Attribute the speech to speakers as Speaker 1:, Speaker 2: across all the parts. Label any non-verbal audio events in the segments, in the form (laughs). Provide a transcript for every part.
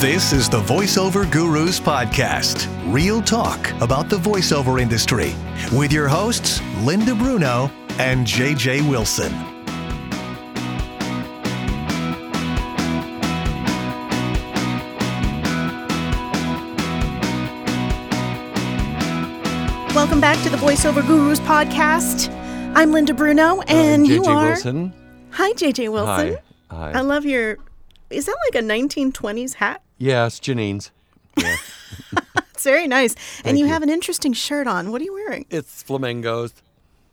Speaker 1: This is the VoiceOver Gurus Podcast, real talk about the voiceover industry, with your hosts, Linda Bruno and JJ Wilson.
Speaker 2: Welcome back to the VoiceOver Gurus podcast. I'm Linda Bruno, and
Speaker 3: JJ
Speaker 2: you are.
Speaker 3: Wilson.
Speaker 2: Hi, JJ Wilson.
Speaker 3: Hi.
Speaker 2: I love your. Is that like a 1920s hat?
Speaker 3: Yes, Janine's.
Speaker 2: It's very nice. and
Speaker 3: Thank
Speaker 2: you,
Speaker 3: you.
Speaker 2: have an interesting shirt on. What are you wearing?
Speaker 3: It's flamingos.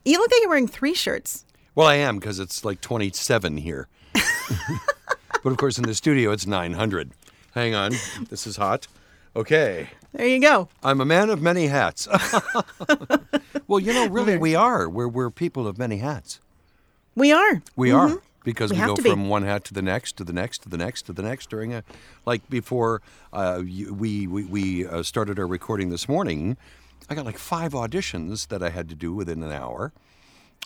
Speaker 2: You look like you're wearing three shirts.
Speaker 3: Well, I am because it's like 27 here. (laughs) but of course, in the studio, it's 900. Hang on. This is hot. Okay.
Speaker 2: There you go.
Speaker 3: I'm a man of many hats. (laughs) well, you know, really, we are. We're, we're people of many hats.
Speaker 2: We are.
Speaker 3: We are because
Speaker 2: Mm-hmm. We
Speaker 3: we,
Speaker 2: have
Speaker 3: go
Speaker 2: to be.
Speaker 3: from one hat to the next to the next to the next to the next during a like before uh, you- we we, we uh, started our recording this morning. I got like five auditions that I had to do within an hour,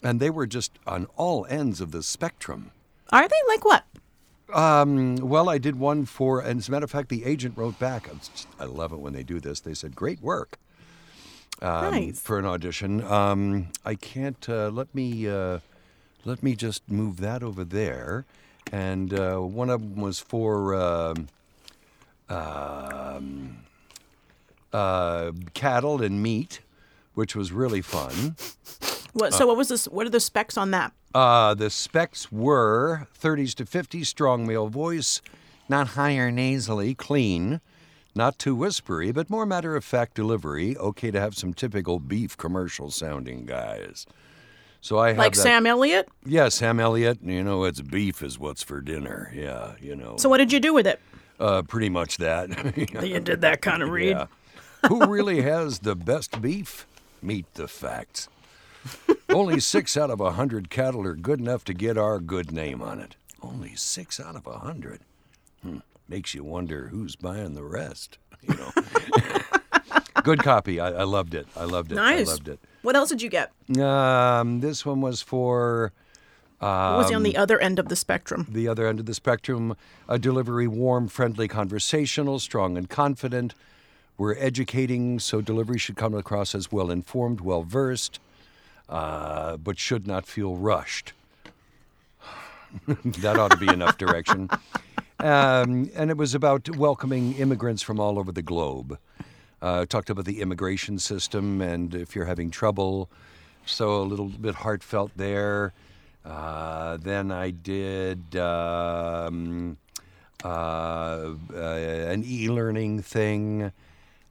Speaker 3: and they were just on all ends of the spectrum.
Speaker 2: Are they? Like what?
Speaker 3: Well, I did one for, and as a matter of fact, the agent wrote back. I, was just- I love it when they do this. They said, "Great work." um,
Speaker 2: nice.
Speaker 3: for an audition. Um, I can't. Uh, let me. Uh, let me just move that over there. And uh, one of them was for um, um, uh, cattle and meat, which was really fun.
Speaker 2: What, so, what was this? What are the specs on that?
Speaker 3: Uh, the specs were 30s to 50s, strong male voice, not high or nasally, clean, not too whispery, but more matter of fact delivery. Okay to have some typical beef commercial sounding guys. So I have
Speaker 2: Like
Speaker 3: that-
Speaker 2: Sam Elliott?
Speaker 3: yeah, Sam Elliott. You know, it's beef is what's for dinner. Yeah, you know,
Speaker 2: So, what did you do with it?
Speaker 3: uh, pretty much that. (laughs)
Speaker 2: You did that kind of read.
Speaker 3: Yeah. Who really has the best beef? Meet the facts. Only six out of a hundred cattle are good enough to get our good name on it. Only six out of a hundred. Hmm. Makes you wonder who's buying the rest. You know. (laughs) good copy. I, I loved it. I loved it.
Speaker 2: Nice.
Speaker 3: I loved it.
Speaker 2: What else did you get?
Speaker 3: Um, this one was for Um,
Speaker 2: What was on the other end of the spectrum?
Speaker 3: the other end of the spectrum, a delivery warm, friendly, conversational, strong and confident. We're educating, so delivery should come across as well informed, well versed, uh, but should not feel rushed. (sighs) that ought to be enough direction. Um, and it was about welcoming immigrants from all over the globe. Uh, talked about the immigration system and if you're having trouble. So a little bit heartfelt there. Uh, then I did um, uh, uh, an e learning thing,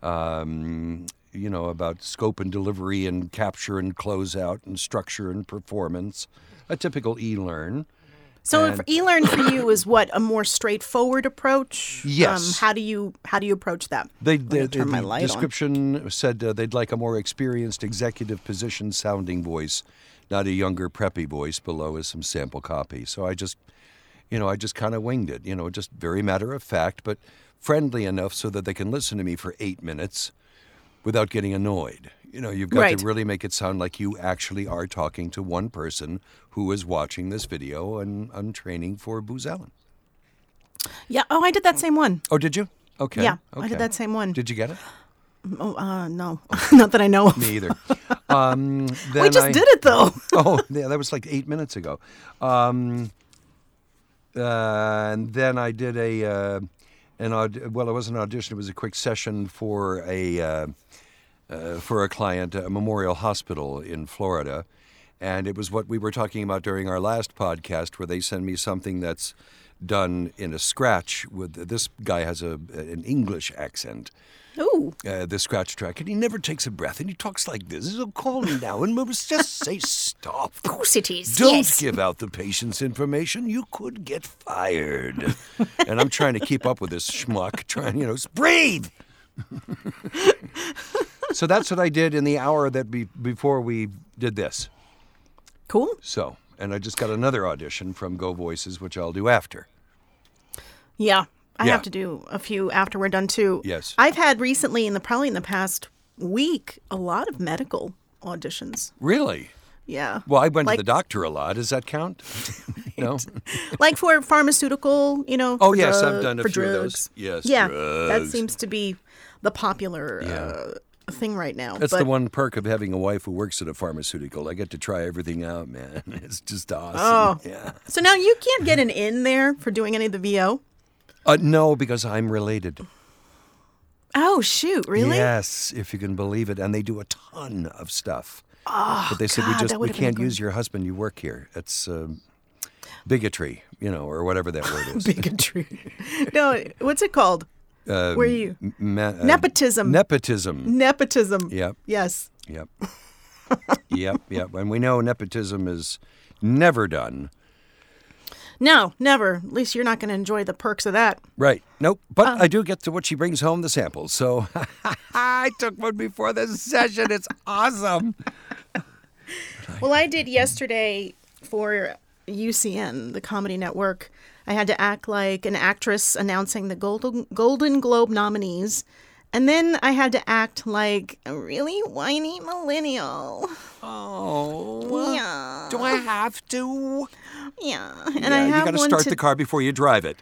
Speaker 3: um, you know, about scope and delivery and capture and closeout and structure and performance. A typical e learn.
Speaker 2: So, for e-learn for you
Speaker 3: (coughs)
Speaker 2: is what a more straightforward approach. um,
Speaker 3: Yes.
Speaker 2: how do you how do you approach that?
Speaker 3: They,
Speaker 2: I'm
Speaker 3: they,
Speaker 2: gonna turn
Speaker 3: the
Speaker 2: my light on.
Speaker 3: description said uh, they'd like a more experienced executive position sounding voice, not a younger preppy voice. Below is some sample copy. So I just, you know, I just kind of winged it. You know, just very matter of fact, but friendly enough so that they can listen to me for eight minutes without getting annoyed. You know, you've got
Speaker 2: Right.
Speaker 3: to really make it sound like you actually are talking to one person who is watching this video and I'm training for Booz Allen.
Speaker 2: Yeah. Oh, I did that same one.
Speaker 3: Oh, did you? Okay.
Speaker 2: Yeah, I did
Speaker 3: okay.
Speaker 2: that same one.
Speaker 3: Did you get it?
Speaker 2: Oh, uh, no, (laughs) not that I know. of.
Speaker 3: Me either. Um,
Speaker 2: (laughs)
Speaker 3: then
Speaker 2: We just
Speaker 3: I-
Speaker 2: did it though.
Speaker 3: (laughs) oh, yeah, that was like eight minutes ago. Um, uh, and then I did a uh, an aud- well, it wasn't an audition; it was a quick session for a uh, uh, for a client, a Memorial Hospital in Florida, and it was what we were talking about during our last podcast, where they send me something that's done in a scratch. With this guy has a an English accent,
Speaker 2: Ooh,
Speaker 3: uh, the scratch track, and he never takes a breath, and he talks like this. So call me now, and must just say stop. Of
Speaker 2: course it is,
Speaker 3: Don't
Speaker 2: yes.
Speaker 3: give out the patient's information. You could get fired. and I'm trying to keep up with this schmuck, trying, you know, s-
Speaker 2: (laughs)
Speaker 3: breathe. so that's what I did in the hour that be- before we did this.
Speaker 2: cool.
Speaker 3: So, and I just got another audition from Go Voices, which I'll do after.
Speaker 2: Yeah, I
Speaker 3: Yeah.
Speaker 2: have to do a few after we're done too.
Speaker 3: Yes.
Speaker 2: I've had recently in the probably in the past week a lot of medical auditions.
Speaker 3: Really?
Speaker 2: Yeah.
Speaker 3: Well, I went
Speaker 2: Like-
Speaker 3: to the doctor a lot. Does that
Speaker 2: (laughs)
Speaker 3: count? no.
Speaker 2: like for pharmaceutical, you know.
Speaker 3: Oh,
Speaker 2: for
Speaker 3: yes, I've
Speaker 2: drug-
Speaker 3: done a
Speaker 2: for
Speaker 3: few of those.
Speaker 2: drugs.
Speaker 3: Yes,
Speaker 2: yeah,
Speaker 3: drugs.
Speaker 2: that seems to be the popular uh, thing right now.
Speaker 3: That's
Speaker 2: but,
Speaker 3: the one perk of having a wife who works at a pharmaceutical. I get to try everything out, man. (laughs) It's just awesome.
Speaker 2: Oh.
Speaker 3: Yeah.
Speaker 2: So now you can't get an in there for doing any of the VO.
Speaker 3: Uh, no, because I'm related.
Speaker 2: Oh shoot! Really?
Speaker 3: Yes, if you can believe it. And they do a ton of stuff. but they said
Speaker 2: Ah, God,
Speaker 3: we just
Speaker 2: that
Speaker 3: we
Speaker 2: would've been
Speaker 3: can't
Speaker 2: good.
Speaker 3: use your husband. You work here. It's um, bigotry, you know, or whatever that word
Speaker 2: (laughs) (laughs)
Speaker 3: is.
Speaker 2: Bigotry. no, what's it called?
Speaker 3: Uh,
Speaker 2: Where you?
Speaker 3: ma- uh,
Speaker 2: Nepotism.
Speaker 3: Nepotism.
Speaker 2: Nepotism.
Speaker 3: Yep.
Speaker 2: Yes.
Speaker 3: Yep. yep. Yep. And we know nepotism is never done.
Speaker 2: No, never. At least you're not going to enjoy the perks of that.
Speaker 3: Right. Nope. But
Speaker 2: Oh.
Speaker 3: I do get to what she brings home the samples. So (laughs) I took one before the session. It's awesome.
Speaker 2: Well, I did yesterday for UCN, the Comedy Network. I had to act like an actress announcing the Golden Golden Globe nominees, and then I had to act like a really whiny millennial.
Speaker 3: Oh.
Speaker 2: Yeah,
Speaker 3: Do I have to?
Speaker 2: yeah. And I
Speaker 3: yeah, you
Speaker 2: have
Speaker 3: gotta
Speaker 2: one
Speaker 3: start
Speaker 2: to-
Speaker 3: the car before you drive it.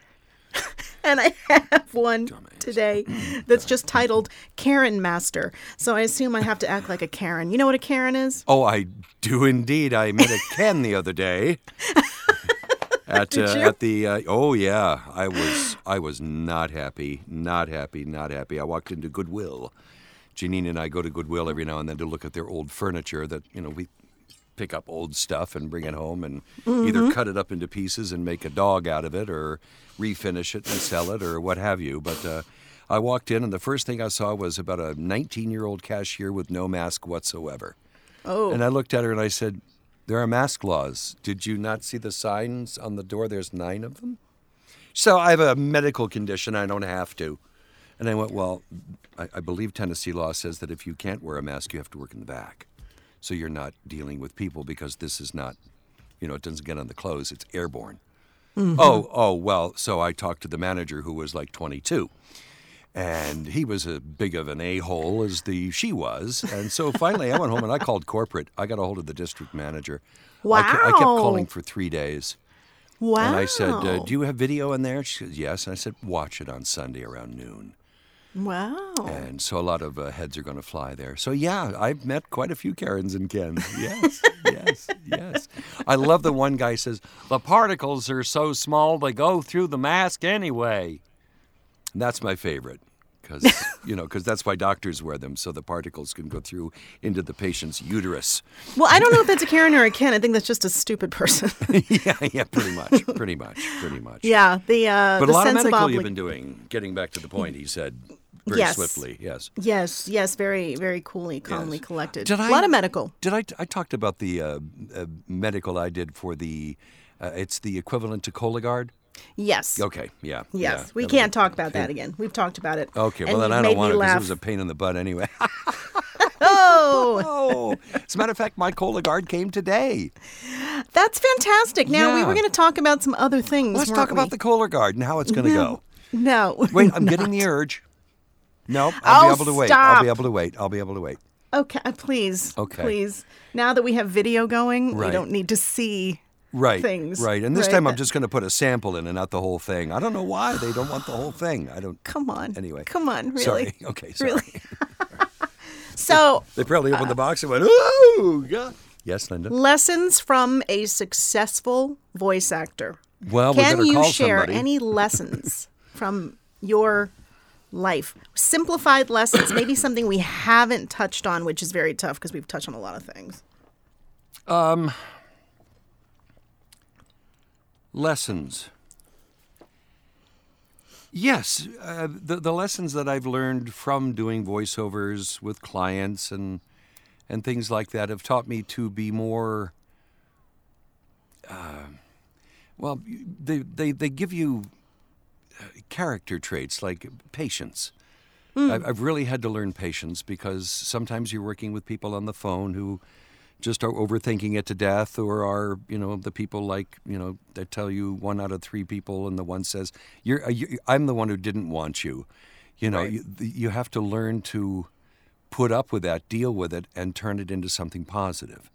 Speaker 2: and I have one today
Speaker 3: Mm,
Speaker 2: that's just titled Karen Master. So I assume I have to act like a Karen. You know what a Karen is?
Speaker 3: Oh, I do indeed. I met a Ken the other day. At, uh, at the uh, oh yeah I was I was not happy not happy not happy I walked into Goodwill, Janine and I go to Goodwill every now and then to look at their old furniture that you know we pick up old stuff and bring it home and either cut it up into pieces and make a dog out of it or refinish it and sell it or what have you. But uh, I walked in and the first thing I saw was about a 19 year old cashier with no mask whatsoever. Oh. And I looked at her and I said, There are mask laws. Did you not see the signs on the door? There's nine of them. So I have a medical condition. I don't have to. And I went, Well, I, I believe Tennessee law says that if you can't wear a mask, you have to work in the back so you're not dealing with people because this is not, you know, it doesn't get on the clothes, it's airborne. Oh, oh, well, so I talked to the manager who was like 22. And he was as big of an a hole as the she was. And so finally I went home and I called corporate. I got a hold of the district manager. I, ke- I kept
Speaker 2: Wow.
Speaker 3: calling for three days.
Speaker 2: Wow.
Speaker 3: And I said, uh, Do you have video in there? She said, Yes. And I said, Watch it on Sunday around noon.
Speaker 2: Wow.
Speaker 3: And so a lot of uh, heads are going to fly there. So yeah, I've met quite a few Karens and Kens. Yes, yes, yes. I love the one guy says the particles are so small they go through the mask anyway. And that's my favorite because you know because that's why doctors wear them so the particles can go through into the patient's uterus. (laughs)
Speaker 2: Well, I don't know if that's a Karen or a Ken. I think that's just a stupid person.
Speaker 3: yeah, yeah, pretty much, pretty much, pretty much.
Speaker 2: yeah. The uh,
Speaker 3: But
Speaker 2: the
Speaker 3: a lot of
Speaker 2: sense
Speaker 3: medical
Speaker 2: of obli-
Speaker 3: you've been doing. Getting back to the point, he said very
Speaker 2: Yes.
Speaker 3: swiftly. Yes.
Speaker 2: Yes, yes, very, very coolly, calmly
Speaker 3: Yes.
Speaker 2: collected.
Speaker 3: Did
Speaker 2: a
Speaker 3: I-
Speaker 2: lot of medical.
Speaker 3: Did I? I talked about the uh, uh, medical I did for the. Uh, it's the equivalent to Cologuard.
Speaker 2: Yes.
Speaker 3: Okay. Yeah.
Speaker 2: Yes.
Speaker 3: yeah,
Speaker 2: we
Speaker 3: that'll
Speaker 2: can't
Speaker 3: do.
Speaker 2: talk about that again. We've talked about it.
Speaker 3: Okay.
Speaker 2: and
Speaker 3: Well, then
Speaker 2: it
Speaker 3: I
Speaker 2: made
Speaker 3: don't
Speaker 2: me
Speaker 3: want it because it
Speaker 2: laugh.
Speaker 3: was a pain in the butt (laughs) anyway.
Speaker 2: Oh,
Speaker 3: (laughs) oh, as a matter of fact, my Cologuard came today.
Speaker 2: that's fantastic. Now we
Speaker 3: Yeah.
Speaker 2: were going to talk about some other things.
Speaker 3: Let's talk
Speaker 2: weren't
Speaker 3: about
Speaker 2: we?
Speaker 3: the Cologuard and how it's going to go.
Speaker 2: No. (laughs)
Speaker 3: Wait, I'm getting the urge. No, I'll
Speaker 2: Oh,
Speaker 3: be able to wait. I'll be
Speaker 2: stop.
Speaker 3: able to wait. I'll be able to wait.
Speaker 2: Okay, uh, please.
Speaker 3: Okay.
Speaker 2: Please. Now that we have video going,
Speaker 3: Right.
Speaker 2: we don't need to see.
Speaker 3: Right.
Speaker 2: Things,
Speaker 3: Right. And this
Speaker 2: right?
Speaker 3: time I'm just going to put a sample in and not the whole thing. I don't know why they don't want the whole thing. I don't.
Speaker 2: Come on.
Speaker 3: Anyway.
Speaker 2: Come on, (laughs) really.
Speaker 3: Sorry. (laughs) Okay. Sorry.
Speaker 2: Really. so,
Speaker 3: They probably opened the box
Speaker 2: (laughs)
Speaker 3: and went, "Ooh, God." Yes, Linda.
Speaker 2: lessons from a successful voice actor.
Speaker 3: Well, we
Speaker 2: Can
Speaker 3: better
Speaker 2: you
Speaker 3: call
Speaker 2: share
Speaker 3: somebody.
Speaker 2: any
Speaker 3: (laughs)
Speaker 2: lessons from your life? Simplified lessons, maybe something we haven't touched on, which is very tough because we've touched on a lot of things.
Speaker 3: Lessons. Yes, uh, the the lessons that I've learned from doing voiceovers with clients and and things like that have taught me to be more. Uh, well, they they they give you uh, character traits like patience. I've, I've really had to learn patience because sometimes you're working with people on the phone who just are overthinking it to death, or are you know the people like you know that tell you one out of three people, and the one says you're, uh, you I'm the one who didn't want you. You know, you, th- you have to learn to put up with that, deal with it, and turn it into something positive.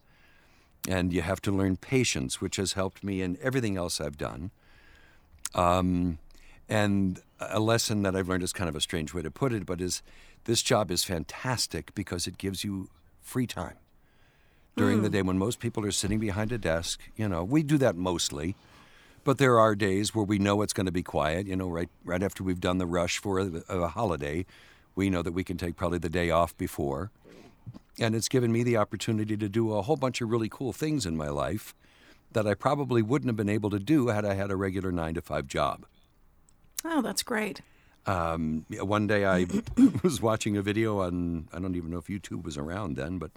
Speaker 3: and you have to learn patience, which has helped me in everything else I've done. Um, and a lesson that I've learned is kind of a strange way to put it, but is this job is fantastic because it gives you free time during the day when most people are sitting behind a desk. You know, we do that mostly, but there are days where we know it's going to be quiet. You know, right right after we've done the rush for a, a holiday, we know that we can take probably the day off before and it's given me the opportunity to do a whole bunch of really cool things in my life that I probably wouldn't have been able to do had I had a regular nine to five job.
Speaker 2: Oh, that's great.
Speaker 3: Um, yeah, one day I (coughs) was watching a video on, I don't even know if YouTube was around then, but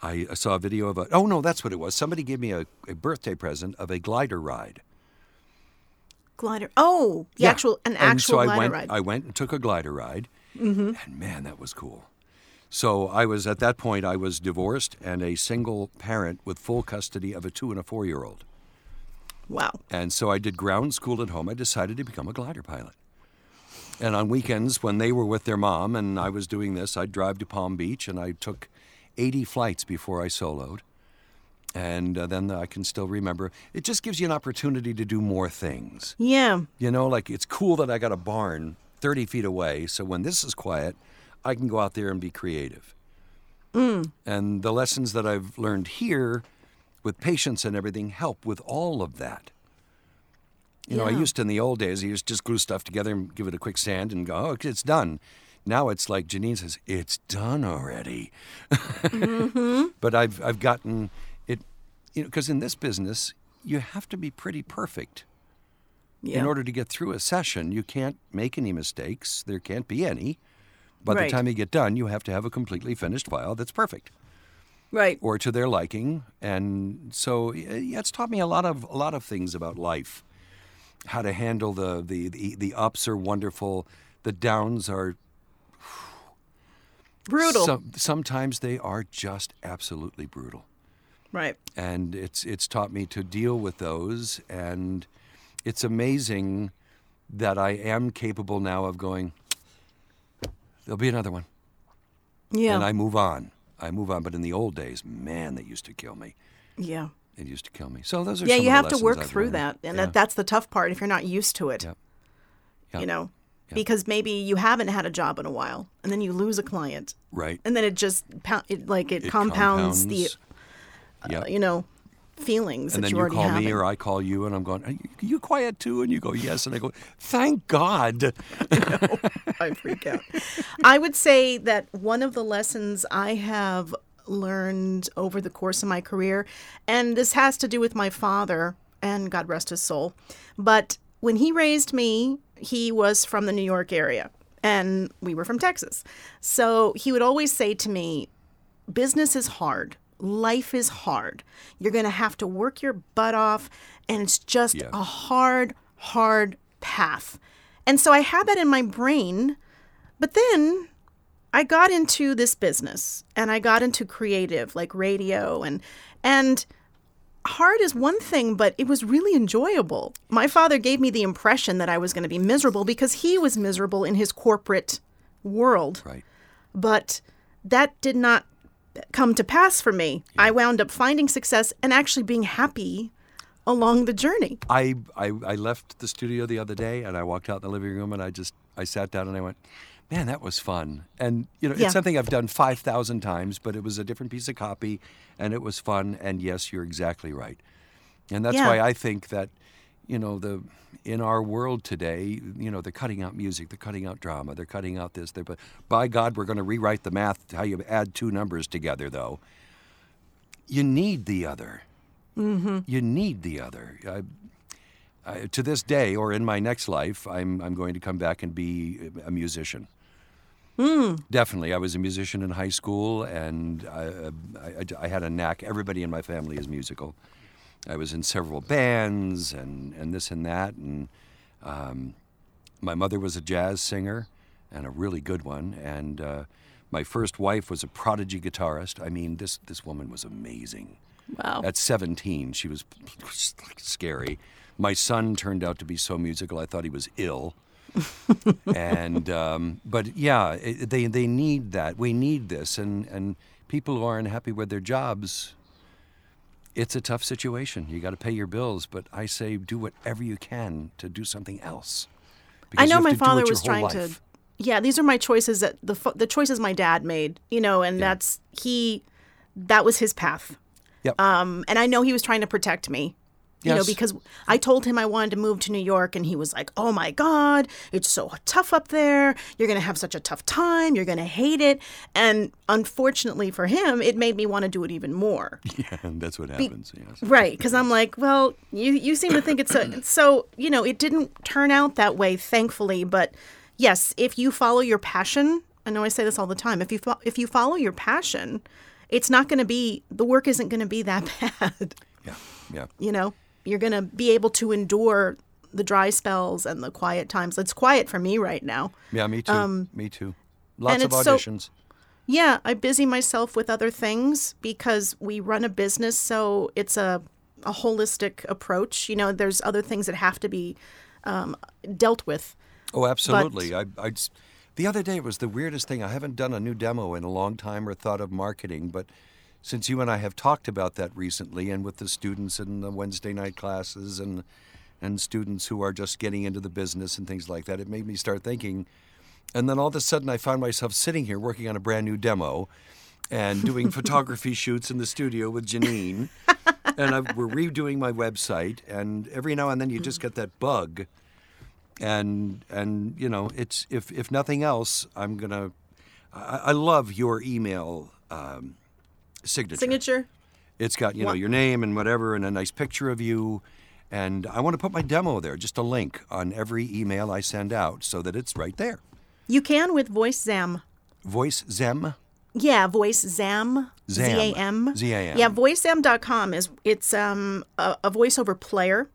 Speaker 3: I I saw a video of a, oh no, that's what it was. Somebody gave me a, a birthday present of a glider ride.
Speaker 2: Glider. Oh, the
Speaker 3: Yeah.
Speaker 2: actual an
Speaker 3: And
Speaker 2: actual
Speaker 3: so I
Speaker 2: glider
Speaker 3: went,
Speaker 2: ride. Mm-hmm.
Speaker 3: I went and took a glider ride, and man, that was cool. So I was at that point I was divorced and a single parent with full custody of a two and a four year old.
Speaker 2: wow.
Speaker 3: And so I did ground school at home. I decided to become a glider pilot. And on weekends, when they were with their mom and I was doing this, I'd drive to Palm Beach and I took 80 flights before I soloed. And uh, then I can still remember. It just gives you an opportunity to do more things.
Speaker 2: Yeah.
Speaker 3: You know, like it's cool that I got a barn 30 feet away, so when this is quiet, I can go out there and be creative. And the lessons that I've learned here with patience and everything help with all of that. You know, I
Speaker 2: Yeah.
Speaker 3: used to in the old days, I used to just glue stuff together and give it a quick sand and go, oh, it's done. Now it's like Janine says, it's done already. (laughs) But I've, I've gotten it, you know, because in this business, you have to be pretty perfect
Speaker 2: Yeah.
Speaker 3: in order to get through a session, you can't make any mistakes. There can't be any. By
Speaker 2: Right.
Speaker 3: the time you get done, you have to have a completely finished file that's perfect
Speaker 2: right.
Speaker 3: or to their liking. And so eh, yeah, it's taught me a lot of a lot of things about life. How to handle the the the, the ups are wonderful, the downs are
Speaker 2: Brutal.
Speaker 3: some- sometimes they are just absolutely brutal.
Speaker 2: right.
Speaker 3: and it's it's taught me to deal with those and it's amazing that I am capable now of going there'll be another one
Speaker 2: Yeah.
Speaker 3: and I move on I move on but in the old days man that used to kill me
Speaker 2: yeah.
Speaker 3: it used to kill me so those are
Speaker 2: Yeah,
Speaker 3: some
Speaker 2: you
Speaker 3: of the
Speaker 2: have to
Speaker 3: lessons
Speaker 2: work
Speaker 3: I've
Speaker 2: through
Speaker 3: learned.
Speaker 2: that. And
Speaker 3: Yeah.
Speaker 2: that, that's the tough part if you're not used to it.
Speaker 3: Yep.
Speaker 2: You
Speaker 3: Yep.
Speaker 2: know, because maybe you haven't had a job in a while and then you lose a client
Speaker 3: right
Speaker 2: and then it just pou- it, like it,
Speaker 3: It
Speaker 2: compounds, the,
Speaker 3: Yep.
Speaker 2: you know, feelings
Speaker 3: and
Speaker 2: that
Speaker 3: then
Speaker 2: you
Speaker 3: you
Speaker 2: already
Speaker 3: call
Speaker 2: have.
Speaker 3: me or I call you and I'm going are you, you quiet too and you go yes and I go thank God
Speaker 2: (laughs) I freak out. I would say that one of the lessons I have learned over the course of my career, and this has to do with my father, and God rest his soul, but when he raised me, he was from the New York area and we were from Texas. So he would always say to me, business is hard. Life is hard. You're going to have to work your butt off, and it's just
Speaker 3: Yeah.
Speaker 2: a hard, hard path. And so I had that in my brain, but then I got into this business and I got into creative like radio and and hard is one thing but it was really enjoyable. My father gave me the impression that I was going to be miserable because he was miserable in his corporate world
Speaker 3: right
Speaker 2: but that did not come to pass for me. I wound up finding success and actually being happy along the journey.
Speaker 3: I, I I left the studio the other day and I walked out in the living room and I just I sat down and I went, man, that was fun. And you know,
Speaker 2: Yeah.
Speaker 3: it's something I've done five thousand times, but it was a different piece of copy, and it was fun. And yes, you're exactly right. And that's
Speaker 2: Yeah.
Speaker 3: why I think that, you know, the in our world today, you know, they're cutting out music, they're cutting out drama, they're cutting out this. They're, but by God, we're going to rewrite the math how you add two numbers together, though. You need the other. Mm-hmm. You need the other. I, I, to this day, or in my next life, I'm I'm going to come back and be a musician. Definitely, I was a musician in high school, and I, I, I- I had a knack. Everybody in my family is musical. I was in several bands and, and this and that. And um, my mother was a jazz singer, and a really good one. And uh, my first wife was a prodigy guitarist. I mean, this this woman was amazing.
Speaker 2: Wow.
Speaker 3: At 17, she was (laughs) scary. My son turned out to be so musical, I thought he was
Speaker 2: (laughs)
Speaker 3: ill. and um, but yeah, it, they they need that. We need this, and and people who aren't happy with their jobs, it's a tough situation. You got to pay your bills, but I say do whatever you can to do something else.
Speaker 2: I
Speaker 3: Because you
Speaker 2: know
Speaker 3: have
Speaker 2: my
Speaker 3: to do
Speaker 2: father
Speaker 3: it your
Speaker 2: was
Speaker 3: whole
Speaker 2: trying
Speaker 3: life.
Speaker 2: to. Yeah, these are my choices that the fo- the choices my dad made, you know, and that's he, that was his path.
Speaker 3: Yep.
Speaker 2: Um, and I know he was trying to protect me, you know,
Speaker 3: Yes.
Speaker 2: because I told him I wanted to move to New York, and he was like, "Oh my God, it's so tough up there. You're gonna have such a tough time. You're gonna hate it." And unfortunately for him, it made me want to do it even more.
Speaker 3: yeah, and (laughs) that's what happens. yes.
Speaker 2: Right, because I'm like, well, you you seem to think it's a so you know it didn't turn out that way, thankfully. But yes, if you follow your passion, I know I say this all the time. If you fo- if you follow your passion, it's not going to be the work isn't going to be that (laughs) bad.
Speaker 3: Yeah, yeah.
Speaker 2: You know, you're going to be able to endure the dry spells and the quiet times. It's quiet for me right now.
Speaker 3: Yeah, me too. me too. Lots of
Speaker 2: um, it's so-
Speaker 3: auditions.
Speaker 2: Yeah, I busy myself with other things because we run a business, so it's a a holistic approach. You know, there's other things that have to be um, dealt with.
Speaker 3: oh, absolutely. I, I just- the other day it was the weirdest thing. I haven't done a new demo in a long time or thought of marketing, but since you and I have talked about that recently, and with the students in the Wednesday night classes and and students who are just getting into the business and things like that, it made me start thinking. And then all of a sudden, I found myself sitting here working on a brand new demo and doing (laughs) photography shoots in the studio with Janine. and I, we're redoing my website. And every now and then, you just get that bug. And and you know, it's if if nothing else, I'm gonna. I, I love your email um,
Speaker 2: Signature.
Speaker 3: it's got you know your name and whatever, and a nice picture of you. And I want to put my demo there, just a link on every email I send out, so that it's right there.
Speaker 2: You can with Voice Zam.
Speaker 3: Voice Zem.
Speaker 2: Yeah, Voice Zam.
Speaker 3: Zam.
Speaker 2: Z-A-M.
Speaker 3: Z-A-M.
Speaker 2: Yeah, voicezam.com is it's um a, a voiceover player.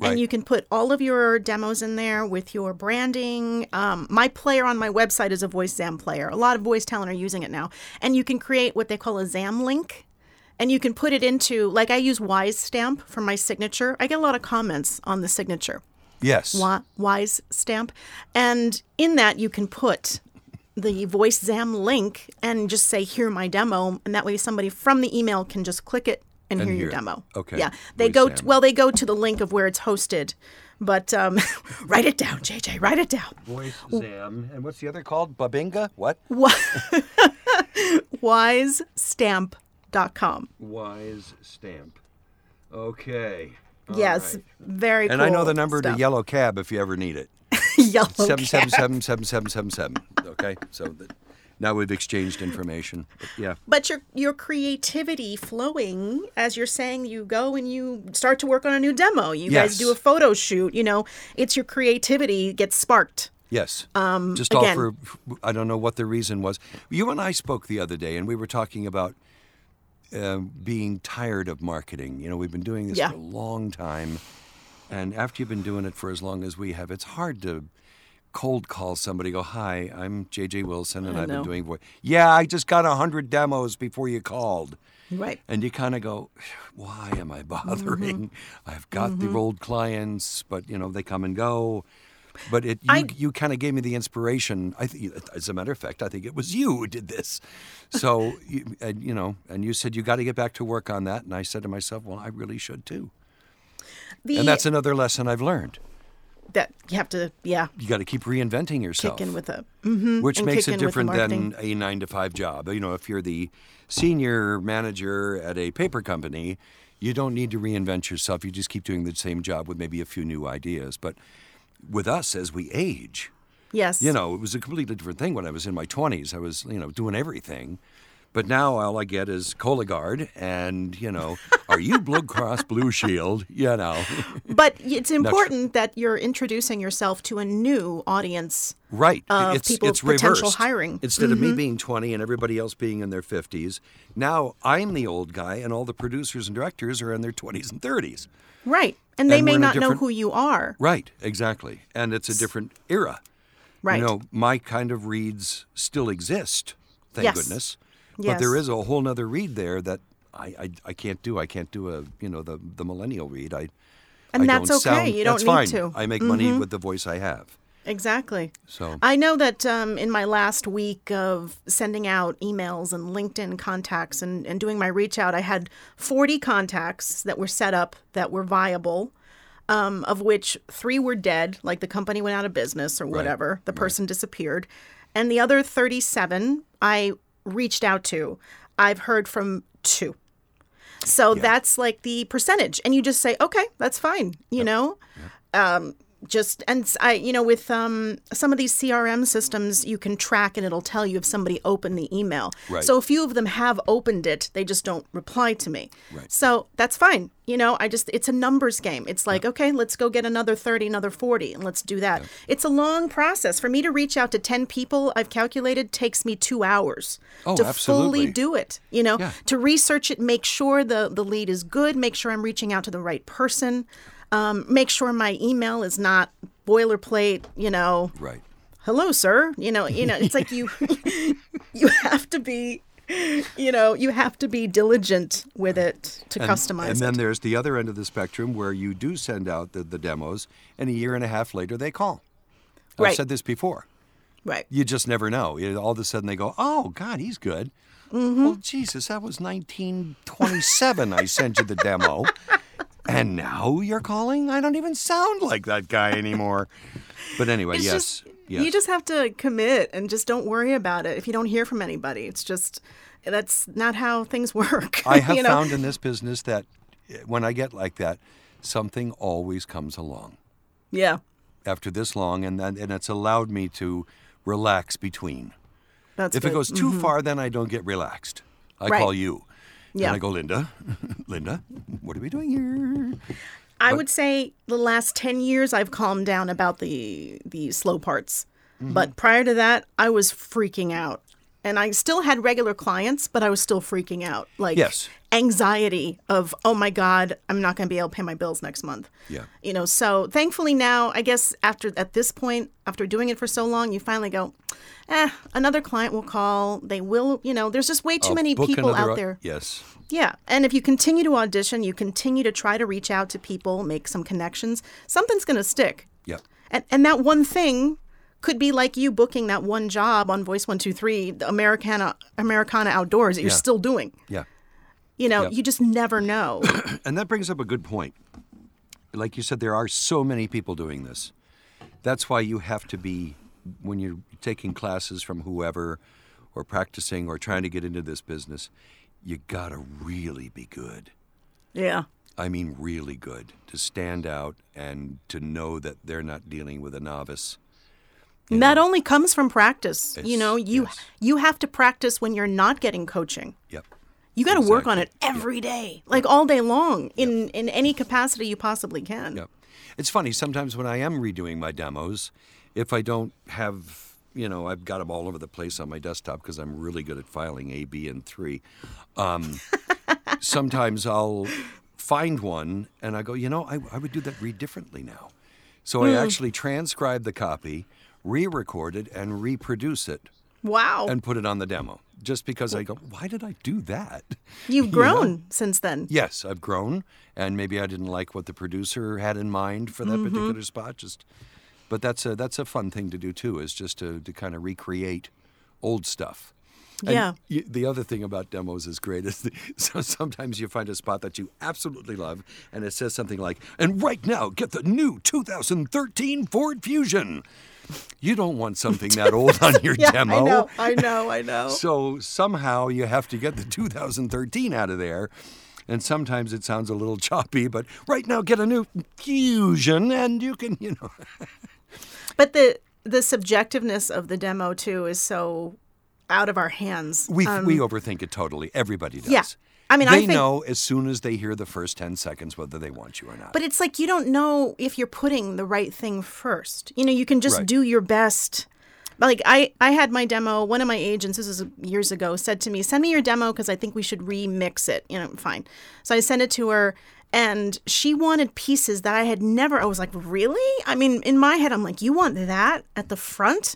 Speaker 3: Right.
Speaker 2: And you can put all of your demos in there with your branding. Um, my player on my website is a voice zam player. A lot of voice talent are using it now. And you can create what they call a zam link. And you can put it into, like I use Wise Stamp for my signature. I get a lot of comments on the signature.
Speaker 3: Yes.
Speaker 2: Wi- Wise stamp. And in that, you can put the voice zam link and just say, hear my demo. And that way, somebody from the email can just click it and, hear your
Speaker 3: hear it.
Speaker 2: demo.
Speaker 3: Okay.
Speaker 2: Yeah. They
Speaker 3: Voice
Speaker 2: go, t-
Speaker 3: Zam.
Speaker 2: well, they go to the link of where it's hosted, but um, (laughs) write it down, JJ, write it down.
Speaker 3: Voice Zam. And what's the other called? Babinga? What?
Speaker 2: Wisestamp.com.
Speaker 3: Wise Stamp. Okay.
Speaker 2: yes. Very
Speaker 3: And
Speaker 2: cool.
Speaker 3: I know the number
Speaker 2: stuff.
Speaker 3: to Yellow Cab if you ever need it.
Speaker 2: (laughs) Yellow
Speaker 3: Seven
Speaker 2: cab.
Speaker 3: seven seven seven seven seven seven. Okay. So that, now we've exchanged information. But yeah.
Speaker 2: but your your creativity flowing as you're saying you go and you start to work on a new demo you
Speaker 3: Yes.
Speaker 2: guys do a photo shoot you know it's your creativity gets sparked
Speaker 3: Yes. Um, Just all
Speaker 2: again-
Speaker 3: for, I don't know what the reason was. You and I spoke the other day, and we were talking about um being tired of marketing. You know, we've been doing this
Speaker 2: Yeah.
Speaker 3: for a long time. And after you've been doing it for as long as we have, it's hard to cold call somebody, go, Hi, I'm JJ Wilson, and I've been
Speaker 2: know.
Speaker 3: doing voice. Yeah, I just got 100 demos before you called.
Speaker 2: right
Speaker 3: And you kind of go, why am I bothering? (laughs) I've got the old clients, but you know they come and go. But it, you,
Speaker 2: I-
Speaker 3: you kind of gave me the inspiration. I think, as a matter of fact, I think it was you who did this. So, you, and, you know, and you said you got to get back to work on that, and I said to myself, well, I really should too.
Speaker 2: the
Speaker 3: And that's another lesson I've learned.
Speaker 2: that you have to yeah
Speaker 3: You got to keep reinventing yourself.
Speaker 2: kick in with a mm-hmm,
Speaker 3: which
Speaker 2: and
Speaker 3: makes
Speaker 2: kick
Speaker 3: it
Speaker 2: in with the
Speaker 3: different than a nine to five job. You know, if you're the senior manager at a paper company, you don't need to reinvent yourself. You just keep doing the same job with maybe a few new ideas. But with us, as we age,
Speaker 2: yes
Speaker 3: you know, it was a completely different thing when I was in my 20s. I was, you know, doing everything. But now all I get is Cologuard and, you know, are you Blue Cross Blue Shield? You know. (laughs)
Speaker 2: but it's important that you're introducing yourself to a new audience
Speaker 3: Right.
Speaker 2: of
Speaker 3: it's
Speaker 2: people
Speaker 3: it's
Speaker 2: potential
Speaker 3: reversed.
Speaker 2: hiring. Mm-hmm.
Speaker 3: Instead of me being 20 and everybody else being in their 50s, now I'm the old guy and all the producers and directors are in their 20s and 30s.
Speaker 2: right and they
Speaker 3: And we're
Speaker 2: may
Speaker 3: in a
Speaker 2: not know
Speaker 3: different-
Speaker 2: who you are
Speaker 3: Right, exactly. And it's a different era.
Speaker 2: right
Speaker 3: You know, my kind of reads still exist, thank
Speaker 2: Yes.
Speaker 3: goodness. But
Speaker 2: Yes.
Speaker 3: there is a whole nother read there that I, I, I can't do. I can't do a, you know, the, the millennial read. I
Speaker 2: And
Speaker 3: I
Speaker 2: that's
Speaker 3: don't
Speaker 2: okay.
Speaker 3: Sound,
Speaker 2: You
Speaker 3: that's
Speaker 2: don't need to.
Speaker 3: fine. I make money with the voice I have.
Speaker 2: Exactly.
Speaker 3: So
Speaker 2: I know that um, in my last week of sending out emails and LinkedIn contacts and, and doing my reach out, I had 40 contacts that were set up that were viable, um, of which three were dead, like the company went out of business or whatever, the person disappeared. And the other 37 I reached out to, I've heard from two. So that's like the percentage. And you just say, okay, that's fine, you know? just and s- I you know with um, some of these CRM systems you can track and it'll tell you if somebody opened the email.
Speaker 3: Right.
Speaker 2: So a few of them have opened it, they just don't reply to me.
Speaker 3: Right.
Speaker 2: So that's fine. You know, I just it's a numbers game. It's like okay, let's go get another 30, another 40 and let's do that. It's a long process for me to reach out to 10 people. I've calculated takes me 2 hours
Speaker 3: Oh,
Speaker 2: to
Speaker 3: absolutely.
Speaker 2: fully do it, you know,
Speaker 3: Yeah.
Speaker 2: to research it, make sure the, the lead is good, make sure I'm reaching out to the right person, um, make sure my email is not boilerplate, you know,
Speaker 3: right.
Speaker 2: hello, sir. You know, you know, it's like you (laughs) you have to be you know, you have to be diligent with it to customize
Speaker 3: And
Speaker 2: it.
Speaker 3: then there's the other end of the spectrum where you do send out the, the demos, and a year and a half later they call. I've
Speaker 2: Right.
Speaker 3: said this before.
Speaker 2: right.
Speaker 3: You just never know. You know, All of a sudden they go, "Oh God, he's good."
Speaker 2: Mm-hmm.
Speaker 3: Well, Jesus, that was 1927. I sent you the
Speaker 2: (laughs)
Speaker 3: demo, and now you're calling. I don't even sound like that guy anymore. But anyway,
Speaker 2: It's
Speaker 3: yes,
Speaker 2: just-
Speaker 3: yes.
Speaker 2: You just have to commit and just don't worry about it if you don't hear from anybody. It's just that's not how things (laughs) work.
Speaker 3: I have
Speaker 2: you know?
Speaker 3: found in this business that eh, when I get like that, something always comes along.
Speaker 2: Yeah.
Speaker 3: after this long, and then and it's allowed me to relax between.
Speaker 2: That's
Speaker 3: If
Speaker 2: good.
Speaker 3: it
Speaker 2: Mm-hmm.
Speaker 3: goes too far, then I don't get relaxed. I
Speaker 2: Right.
Speaker 3: call you.
Speaker 2: Yeah.
Speaker 3: And I go, Linda, (laughs) Linda, what are we doing here?
Speaker 2: I would say the last 10 years I've calmed down about the the slow parts.
Speaker 3: Mm-hmm.
Speaker 2: But prior to that, I was freaking out. And I still had regular clients, but I was still freaking out. Like
Speaker 3: Yes.
Speaker 2: anxiety of, "Oh my god, I'm not going to be able to pay my bills next month."
Speaker 3: Yeah.
Speaker 2: You know, so thankfully now, I guess after at this point, after doing it for so long, you finally go, "Eh, another client will call. They will, you know, there's just way too
Speaker 3: I'll
Speaker 2: many
Speaker 3: book
Speaker 2: people
Speaker 3: another
Speaker 2: out
Speaker 3: au-
Speaker 2: there."
Speaker 3: Yes.
Speaker 2: Yeah. And if you continue to audition, you continue to try to reach out to people, make some connections, something's going to stick.
Speaker 3: Yep.
Speaker 2: And, and that one thing could be like you booking that one job on Voice 123, the Americana, Americana Outdoors that you're
Speaker 3: Yeah.
Speaker 2: still doing.
Speaker 3: Yeah.
Speaker 2: You know,
Speaker 3: Yep.
Speaker 2: you just
Speaker 3: (coughs)
Speaker 2: never know.
Speaker 3: And that brings up a good point. Like you said, there are so many people doing this. That's why you have to be, when you're taking classes from whoever or practicing or trying to get into this business, you gotta really be good.
Speaker 2: yeah.
Speaker 3: I mean, really good to stand out and to know that they're not dealing with a novice.
Speaker 2: That only comes from practice. You
Speaker 3: It's-
Speaker 2: know, you
Speaker 3: yes.
Speaker 2: you have to practice when you're not getting coaching.
Speaker 3: Yep.
Speaker 2: You got to work on it every day, like all day long, in in any capacity you possibly can.
Speaker 3: Yep. It's funny, sometimes when I am redoing my demos, if I don't have, you know, I've got them all over the place on my desktop because I'm really good at filing A, B, and three. Um, sometimes I'll find one and I go, you know, I, I would do that read differently now. So I actually transcribe the copy, re record it, and reproduce it.
Speaker 2: Wow.
Speaker 3: and put it on the demo just because I go, why did I do that?
Speaker 2: You've grown since then.
Speaker 3: Yes, I've grown and maybe I didn't like what the producer had in mind for that
Speaker 2: Mm-hmm.
Speaker 3: particular spot just but that's a that's a fun thing to do too is just to to kind of recreate old stuff. And
Speaker 2: Yeah.
Speaker 3: y- the other thing about demos is great is the, (laughs) so sometimes you find a spot that you absolutely love and it says something like, "And right now, get the new 2013 Ford Fusion." You don't want something that
Speaker 2: (laughs)
Speaker 3: old on your demo.
Speaker 2: I know, I know, I know.
Speaker 3: (laughs) So somehow you have to get the (laughs) 2013 out of there. And sometimes it sounds a little (laughs) choppy, but right now get a new fusion and you can, you know.
Speaker 2: but the the subjectiveness of the demo too is so out of our hands.
Speaker 3: We, we overthink it totally. Everybody does.
Speaker 2: Um, yeah. I mean,
Speaker 3: they
Speaker 2: I think-
Speaker 3: know as soon as they hear the first 10 seconds whether they want you or not.
Speaker 2: But it's like you don't know if you're putting the right thing first. You know, you can just
Speaker 3: Right.
Speaker 2: do your best. Like I, I had my demo. One of my agents, this was years ago, said to me, "Send me your demo because I think we should remix it." You know, fine. So I sent it to her, and she wanted pieces that I had never. I was like, "Really?" I mean, in my head, I'm like, "You want that at the front?"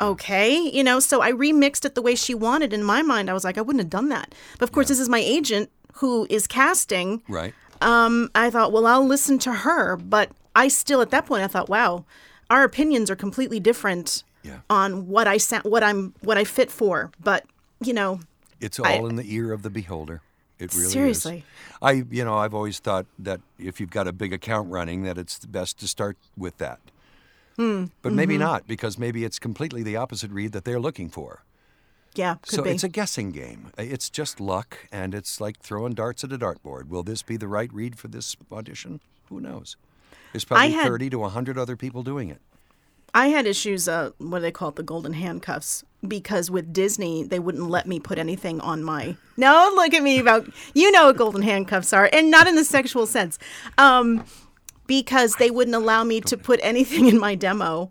Speaker 2: Okay, you know. So I remixed it the way she wanted. In my mind, I was like, "I wouldn't have done that." But of course, this is my agent who is casting,
Speaker 3: right.
Speaker 2: um, I thought, well, I'll listen to her. But I still, at that point, I thought, wow, our opinions are completely different
Speaker 3: Yeah.
Speaker 2: on what I sound, what I'm, what I fit for. But you know,
Speaker 3: It's all in the ear of the beholder. It really is.
Speaker 2: Seriously.
Speaker 3: I, you know, I've always thought that if you've got a big account running, that it's best to start with that.
Speaker 2: Hmm.
Speaker 3: But maybe
Speaker 2: Mm-hmm.
Speaker 3: not, because maybe it's completely the opposite read that they're looking for.
Speaker 2: yeah, could
Speaker 3: so
Speaker 2: be.
Speaker 3: it's a guessing game. Uh, It's just luck, and it's like throwing darts at a dartboard. Will this be the right read for this audition? Who knows? There's probably
Speaker 2: had-
Speaker 3: 30 to 100 other people doing it.
Speaker 2: I had issues, uh, what do they call it, the golden handcuffs, because with Disney, they wouldn't let me put anything on my. (laughs) No, look at me about. You know what golden handcuffs are, and not in the sexual sense. Um, because they wouldn't allow me to put anything in my demo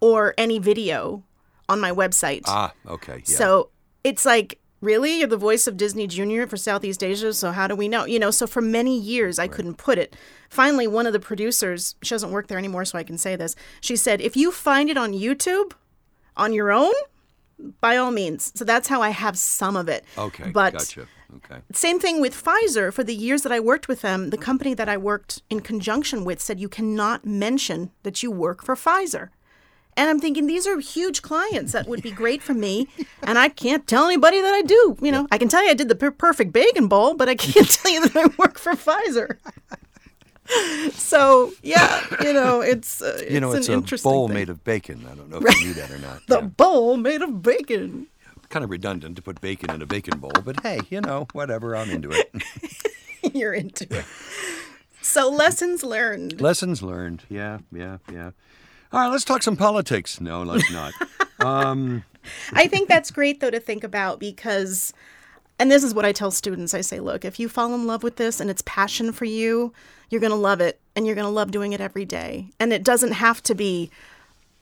Speaker 2: or any video on my website.
Speaker 3: Ah, okay. Yeah.
Speaker 2: So it's like, really? You're the voice of Disney Junior for Southeast Asia, so how do we know? You know, so for many years I couldn't put it. Finally, one of the producers, she doesn't work there anymore, so I can say this, she said, if you find it on YouTube on your own, by all means. So that's how I have some of it.
Speaker 3: okay.
Speaker 2: But
Speaker 3: gotcha. Okay.
Speaker 2: same thing with Pfizer. For the years that I worked with them, the company that I worked in conjunction with said you cannot mention that you work for Pfizer. And I'm thinking these are huge clients that would be great for me, and I can't tell anybody that I do. You know, I can tell you I did the per- perfect bacon bowl, but I can't (laughs) tell you that I work for Pfizer. (laughs) so yeah, you know, it's uh,
Speaker 3: You know, it's,
Speaker 2: an
Speaker 3: a
Speaker 2: interesting
Speaker 3: bowl
Speaker 2: thing.
Speaker 3: made of bacon. I don't know if you knew that or not.
Speaker 2: (laughs) the
Speaker 3: Yeah.
Speaker 2: bowl made of bacon. (laughs)
Speaker 3: kind of redundant to put bacon in a bacon bowl, but hey, you know, whatever, I'm into it.
Speaker 2: (laughs) You're into
Speaker 3: (laughs)
Speaker 2: it. So lessons learned.
Speaker 3: Lessons learned. Yeah, yeah, yeah. All right, let's talk some politics. No,
Speaker 2: (laughs)
Speaker 3: let's not.
Speaker 2: I think that's great though to think about because and this is what I tell students. I say, look, if you fall in love with this and it's passion for you, you're going to love it and you're going to love doing it every day. And it doesn't have to be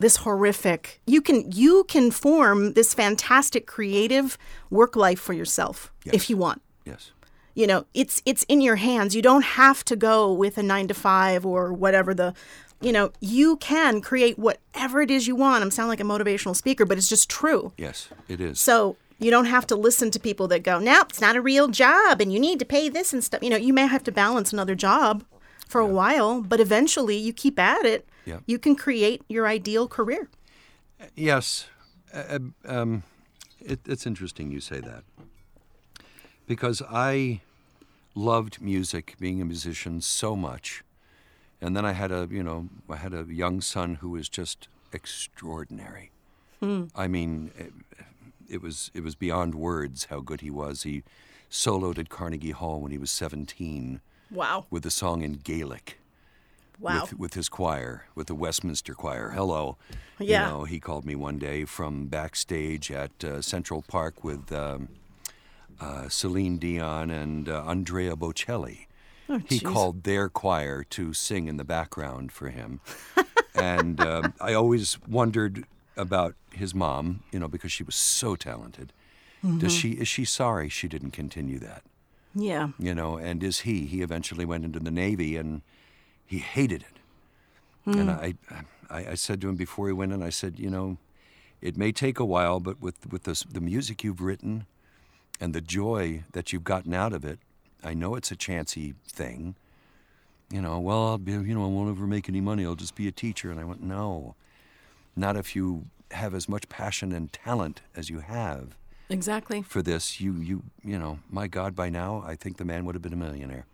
Speaker 2: this horrific. You can you can form this fantastic creative work life for yourself if you want
Speaker 3: yes.
Speaker 2: you know it's it's in your hands you don't have to go with a 9 to 5 or whatever the you know you can create whatever it is you want i'm sound like a motivational speaker but it's just true
Speaker 3: Yes, it is.
Speaker 2: so you don't have to listen to people that go no it's not a real job and you need to pay this and stuff you know you may have to balance another job for a while but eventually you keep at it
Speaker 3: Yeah.
Speaker 2: you can create your ideal career
Speaker 3: yes. Uh, um, it, it's interesting you say that because I loved music, being a musician, so much. And then I had a, you know, I had a young son who was just extraordinary. I mean, it, it was it was beyond words how good he was. He soloed at Carnegie Hall when he was 17
Speaker 2: wow
Speaker 3: with a song in Gaelic.
Speaker 2: wow
Speaker 3: with, with his choir, with the Westminster Choir. Hello.
Speaker 2: Yeah.
Speaker 3: You know, he called me one day from backstage at uh, Central Park with um, uh, Celine Dion and uh, Andrea Bocelli. he
Speaker 2: Oh, jeez.
Speaker 3: called their choir to sing in the background for him. (laughs) and um, I always wondered about his mom, you know, because she was so talented.
Speaker 2: Mm-hmm.
Speaker 3: Does she is she sorry she didn't continue that?
Speaker 2: yeah
Speaker 3: you know, and is he. He eventually went into the Navy and he hated it. And I, I, I said to him before he went in, I said, you know, it may take a while, but with, with this, the music you've written and the joy that you've gotten out of it, I know it's a chancy thing. You know, well, I'll be, you know, I won't ever make any money. I'll just be a teacher. And I went, no, not if you have as much passion and talent as you have
Speaker 2: exactly
Speaker 3: for this, you you you know, my God, by now I think the man would have been a millionaire.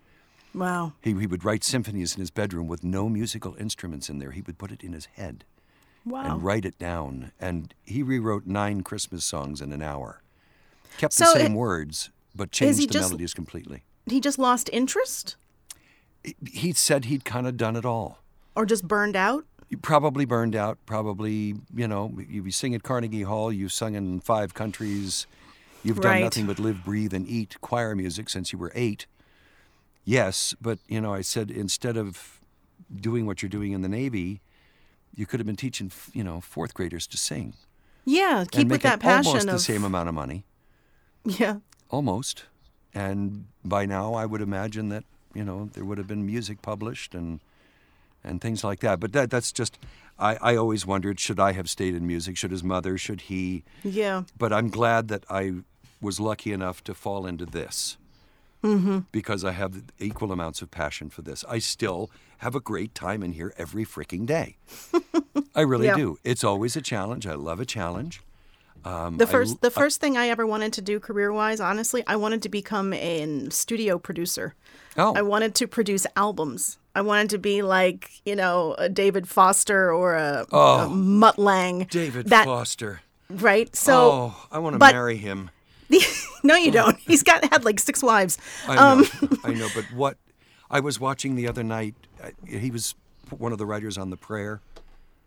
Speaker 2: wow
Speaker 3: He he would write symphonies in his bedroom with no musical instruments in there. He would put it in his head
Speaker 2: wow
Speaker 3: and write it down. And he rewrote nine Christmas songs in an hour. Kept
Speaker 2: So
Speaker 3: the same
Speaker 2: it-
Speaker 3: words, but
Speaker 2: he
Speaker 3: changed the
Speaker 2: just-
Speaker 3: melodies completely.
Speaker 2: he just lost interest
Speaker 3: He said he'd kind of done it all.
Speaker 2: or just burned out
Speaker 3: You probably burned out. Probably, you know, you, you sing at Carnegie Hall. You've sung in five countries. You've done
Speaker 2: Right.
Speaker 3: nothing but live, breathe, and eat choir music since you were eight. Yes, but you know, I said instead of doing what you're doing in the Navy, you could have been teaching, you know, fourth graders to sing
Speaker 2: Yeah, keep
Speaker 3: and
Speaker 2: with
Speaker 3: make
Speaker 2: that passion
Speaker 3: almost
Speaker 2: of (laughs)
Speaker 3: the same amount of money,
Speaker 2: yeah,
Speaker 3: almost. And by now, I would imagine that you know there would have been music published and and things like that. But that that's just I, I always wondered should I have stayed in music? Should his mother? Should he?
Speaker 2: yeah,
Speaker 3: But I'm glad that I was lucky enough to fall into this
Speaker 2: Mm-hmm.
Speaker 3: because I have equal amounts of passion for this. I still have a great time in here every
Speaker 2: (laughs)
Speaker 3: freaking day. I really
Speaker 2: Yeah.
Speaker 3: do. It's always a challenge. I love a challenge. Um,
Speaker 2: The first, the first thing I ever wanted to do career wise, honestly, I wanted to become a studio producer.
Speaker 3: Oh,
Speaker 2: I wanted to produce albums. I wanted to be like, you know, a David Foster or a, a Mutt Lang.
Speaker 3: Oh. David
Speaker 2: that,
Speaker 3: Foster.
Speaker 2: Right? So,
Speaker 3: oh, I want to
Speaker 2: but-
Speaker 3: marry him.
Speaker 2: (laughs) no, you don't. He's got had like six wives.
Speaker 3: oh.
Speaker 2: Um,
Speaker 3: I
Speaker 2: (laughs)
Speaker 3: know, I know. But what I was watching the other night, uh, he was one of the writers on the prayer.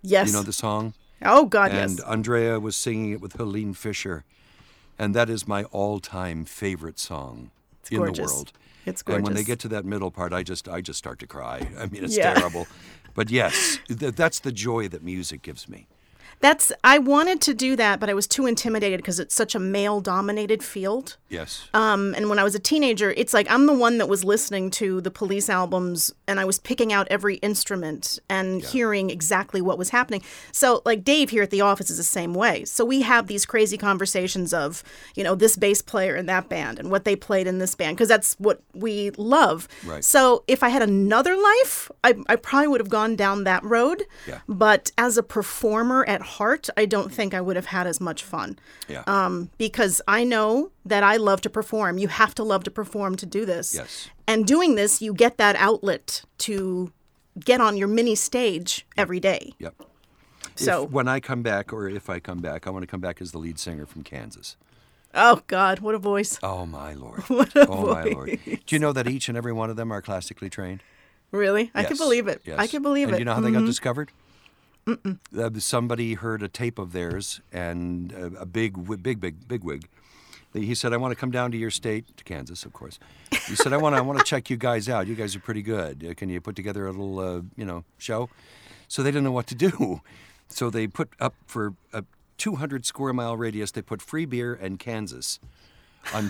Speaker 2: Yes.
Speaker 3: You know the song.
Speaker 2: oh, God,
Speaker 3: and
Speaker 2: yes.
Speaker 3: uh, Andrea was singing it with Helene Fisher, and that is my all-time favorite song in the
Speaker 2: gorgeous.
Speaker 3: world.
Speaker 2: It's
Speaker 3: And when they
Speaker 2: gorgeous.
Speaker 3: get to that middle part, I just I just start to cry. (laughs) I mean, it's
Speaker 2: Yeah.
Speaker 3: terrible,
Speaker 2: (laughs)
Speaker 3: but yes, th- that's the joy that music gives me.
Speaker 2: That's, I wanted to do that, but I was too intimidated because it's such a male dominated field.
Speaker 3: Yes.
Speaker 2: Um, and when I was a teenager, it's like I'm the one that was listening to the police albums and I was picking out every instrument and hearing exactly what was happening. So, like Dave here at the office is the same way. So, we have these crazy conversations of, you know, this bass player in that band and what they played in this band, because that's what we love.
Speaker 3: Right.
Speaker 2: So, if I had another life, I, I probably would have gone down that road.
Speaker 3: Yeah.
Speaker 2: But as a performer at heart, I don't think I would have had as much fun
Speaker 3: yeah.
Speaker 2: um, because I know that I love to perform. You have to love to perform to do this.
Speaker 3: Yes.
Speaker 2: And doing this, you get that outlet to get on your mini stage every day.
Speaker 3: yep. If-
Speaker 2: So,
Speaker 3: when I come back, or if I come back, I want to come back as the lead singer from Kansas.
Speaker 2: oh God, what a voice!
Speaker 3: Oh my lord! oh my lord! Do you know that each and every one of them are classically trained?
Speaker 2: Really, I can
Speaker 3: Yes,
Speaker 2: believe it. I
Speaker 3: yes.
Speaker 2: can believe it.
Speaker 3: and
Speaker 2: Mm-hmm.
Speaker 3: You know how they got discovered? Uh, somebody heard a tape of theirs, and uh, a, a big, wi- big, big, big wig. He said, "I want to come down to your state, to Kansas, of course." He said, "I want to, I want to check you guys out. You guys are pretty good. Uh, Can you put together a little, uh, you know, show?" So they didn't know what to do. (laughs) So they put up for a 200 square mile radius. They put free beer and Kansas on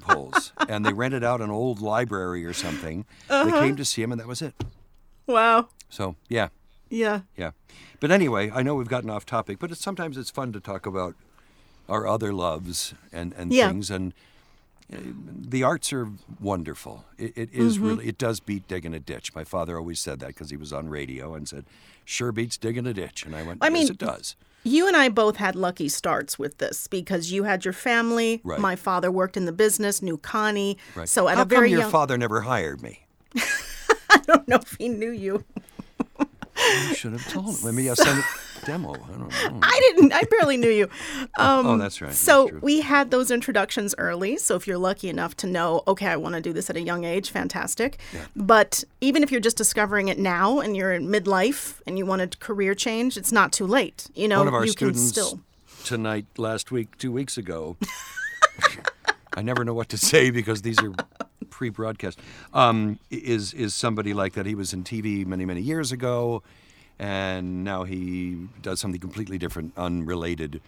Speaker 2: (laughs)
Speaker 3: poles, and they rented out an old library or something.
Speaker 2: Uh-huh.
Speaker 3: They came to see him, and that was it.
Speaker 2: Mm-hmm. Wow.
Speaker 3: So yeah,
Speaker 2: Yeah.
Speaker 3: yeah. But anyway, I know we've gotten off topic, but it's, sometimes it's fun to talk about our other loves and and
Speaker 2: Yeah.
Speaker 3: things. And uh, the arts are wonderful. It, it is
Speaker 2: Mm-hmm.
Speaker 3: really. It does beat digging a ditch. My father always said that because he was on radio and said, "Sure beats digging a ditch." And I went,
Speaker 2: I
Speaker 3: "Yes,
Speaker 2: mean-
Speaker 3: it does."
Speaker 2: You and I both had lucky starts with this because you had your family.
Speaker 3: Right.
Speaker 2: My father worked in the business, knew Connie.
Speaker 3: Right.
Speaker 2: So at
Speaker 3: How
Speaker 2: a very
Speaker 3: come your
Speaker 2: young,
Speaker 3: father never hired me?
Speaker 2: (laughs) I don't know if he knew you.
Speaker 3: You should
Speaker 2: (laughs)
Speaker 3: have told him. Maybe I sent a demo. I don't know.
Speaker 2: I didn't. I barely knew you.
Speaker 3: oh, that's right. that's
Speaker 2: um, So
Speaker 3: true.
Speaker 2: we had those introductions early. So if you're lucky enough to know, okay, I want to do this at a young age, fantastic. But even if you're just discovering it now and you're in midlife and you want a career change, it's not too late. You know,
Speaker 3: one of our
Speaker 2: you
Speaker 3: students
Speaker 2: can still.
Speaker 3: tonight last week two weeks ago (laughs) i never know what to say because these are pre-broadcast um, i- is is somebody like that he was in tv many many years ago and now he does something completely different unrelated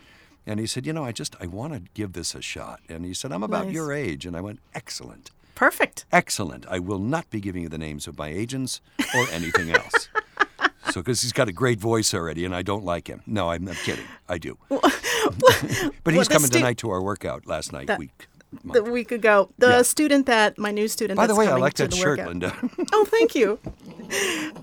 Speaker 3: and he said you know i just i want to give this a shot and he said i'm about
Speaker 2: Nice.
Speaker 3: your age and i went excellent
Speaker 2: Perfect.
Speaker 3: excellent i will not be giving you the names of my agents or anything else
Speaker 2: (laughs)
Speaker 3: so because he's got a great voice already and i don't like him no i'm, I'm kidding
Speaker 2: (laughs)
Speaker 3: i do (laughs) but
Speaker 2: Well,
Speaker 3: he's
Speaker 2: this
Speaker 3: coming
Speaker 2: stu-
Speaker 3: tonight to our workout last night, week. month.
Speaker 2: The week ago, the student that my new student.
Speaker 3: By the
Speaker 2: that's
Speaker 3: way, I
Speaker 2: coming
Speaker 3: like
Speaker 2: to
Speaker 3: that
Speaker 2: the
Speaker 3: shirt,
Speaker 2: workout-
Speaker 3: Linda. (laughs)
Speaker 2: Oh, thank you.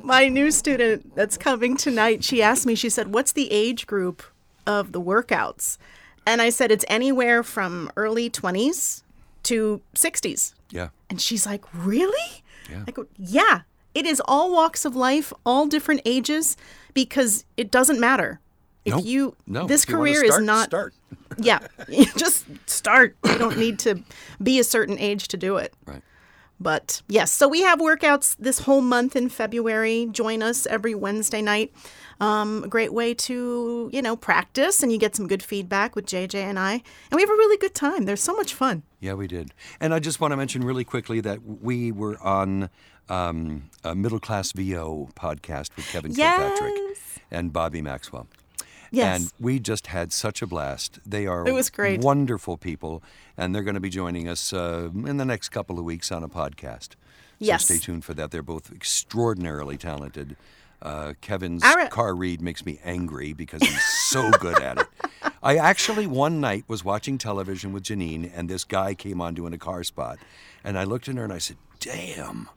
Speaker 2: My new student that's coming tonight, she asked me, she said, What's the age group of the workouts? And I said, It's anywhere from early 20s to 60s.
Speaker 3: yeah.
Speaker 2: And she's like, Really?
Speaker 3: Yeah.
Speaker 2: I go, Yeah. It is all walks of life, all different ages, because it doesn't matter. If
Speaker 3: Nope.
Speaker 2: you,
Speaker 3: No.
Speaker 2: this
Speaker 3: if you wanna
Speaker 2: career
Speaker 3: start,
Speaker 2: is not,
Speaker 3: start.
Speaker 2: yeah, (laughs) just start. You don't need to be a certain age to do it.
Speaker 3: Right.
Speaker 2: But yes, so we have workouts this whole month in February. Join us every Wednesday night. Um, a great way to, you know, practice and you get some good feedback with JJ and I. And we have a really good time. They're so much fun.
Speaker 3: Yeah, we did. And I just want to mention really quickly that we were on um, a middle class VO podcast with Kevin Kilpatrick
Speaker 2: Yes.
Speaker 3: and Bobby Maxwell.
Speaker 2: Yes.
Speaker 3: And we just had such a blast. They are
Speaker 2: It was great.
Speaker 3: wonderful people, and they're going to be joining us uh, in the next couple of weeks on a podcast. So
Speaker 2: Yes.
Speaker 3: stay tuned for that. They're both extraordinarily talented. Uh, Kevin's
Speaker 2: Our- (laughs)
Speaker 3: car read makes me angry because he's so good at it. I actually one night was watching television with Janine, and this guy came on doing a car spot, and I looked at her and I said, "Damn,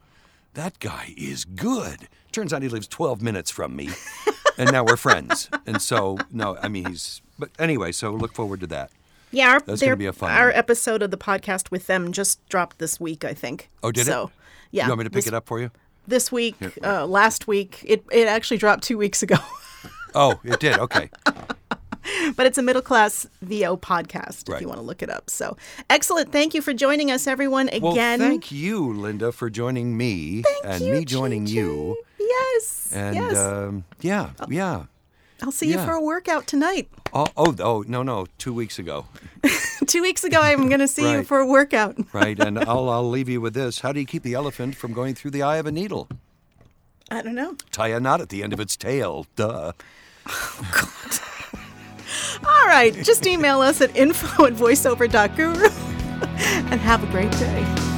Speaker 3: that guy is good." Turns out he lives 12 minutes from
Speaker 2: (laughs)
Speaker 3: me, and now we're friends. And so, no, I mean he's. But anyway, so look forward to that.
Speaker 2: Yeah, our,
Speaker 3: That's
Speaker 2: their-
Speaker 3: gonna be a fun
Speaker 2: our
Speaker 3: one.
Speaker 2: episode of the podcast with them just dropped this week, I think.
Speaker 3: Oh, did it?
Speaker 2: so, Yeah.
Speaker 3: You want me to pick
Speaker 2: this,
Speaker 3: it up for you?
Speaker 2: This week, uh, last week, it, it actually dropped two weeks ago, (laughs)
Speaker 3: Oh, it did. Okay.
Speaker 2: but it's a middle class VO podcast if
Speaker 3: Right.
Speaker 2: you want to look it up. So excellent. Thank you for joining us, everyone, again.
Speaker 3: Well, thank you, Linda, for joining me and
Speaker 2: you,
Speaker 3: me joining
Speaker 2: JJ.
Speaker 3: you.
Speaker 2: Yes.
Speaker 3: And
Speaker 2: yes. Oh.
Speaker 3: um, yeah, yeah.
Speaker 2: I'll see
Speaker 3: yeah.
Speaker 2: you for a workout tonight. (laughs)
Speaker 3: Oh, oh, oh, no, no, two weeks ago,
Speaker 2: two weeks ago, I'm going to see you
Speaker 3: Right.
Speaker 2: for a workout.
Speaker 3: right?
Speaker 2: (laughs)
Speaker 3: and I'll, I'll leave you with this: How do you keep the elephant from going through the eye of a needle?
Speaker 2: I don't know.
Speaker 3: Tie a knot at the end of its tail. Duh.
Speaker 2: All (laughs) right. Just email us at info at voiceover.guru and have a great day.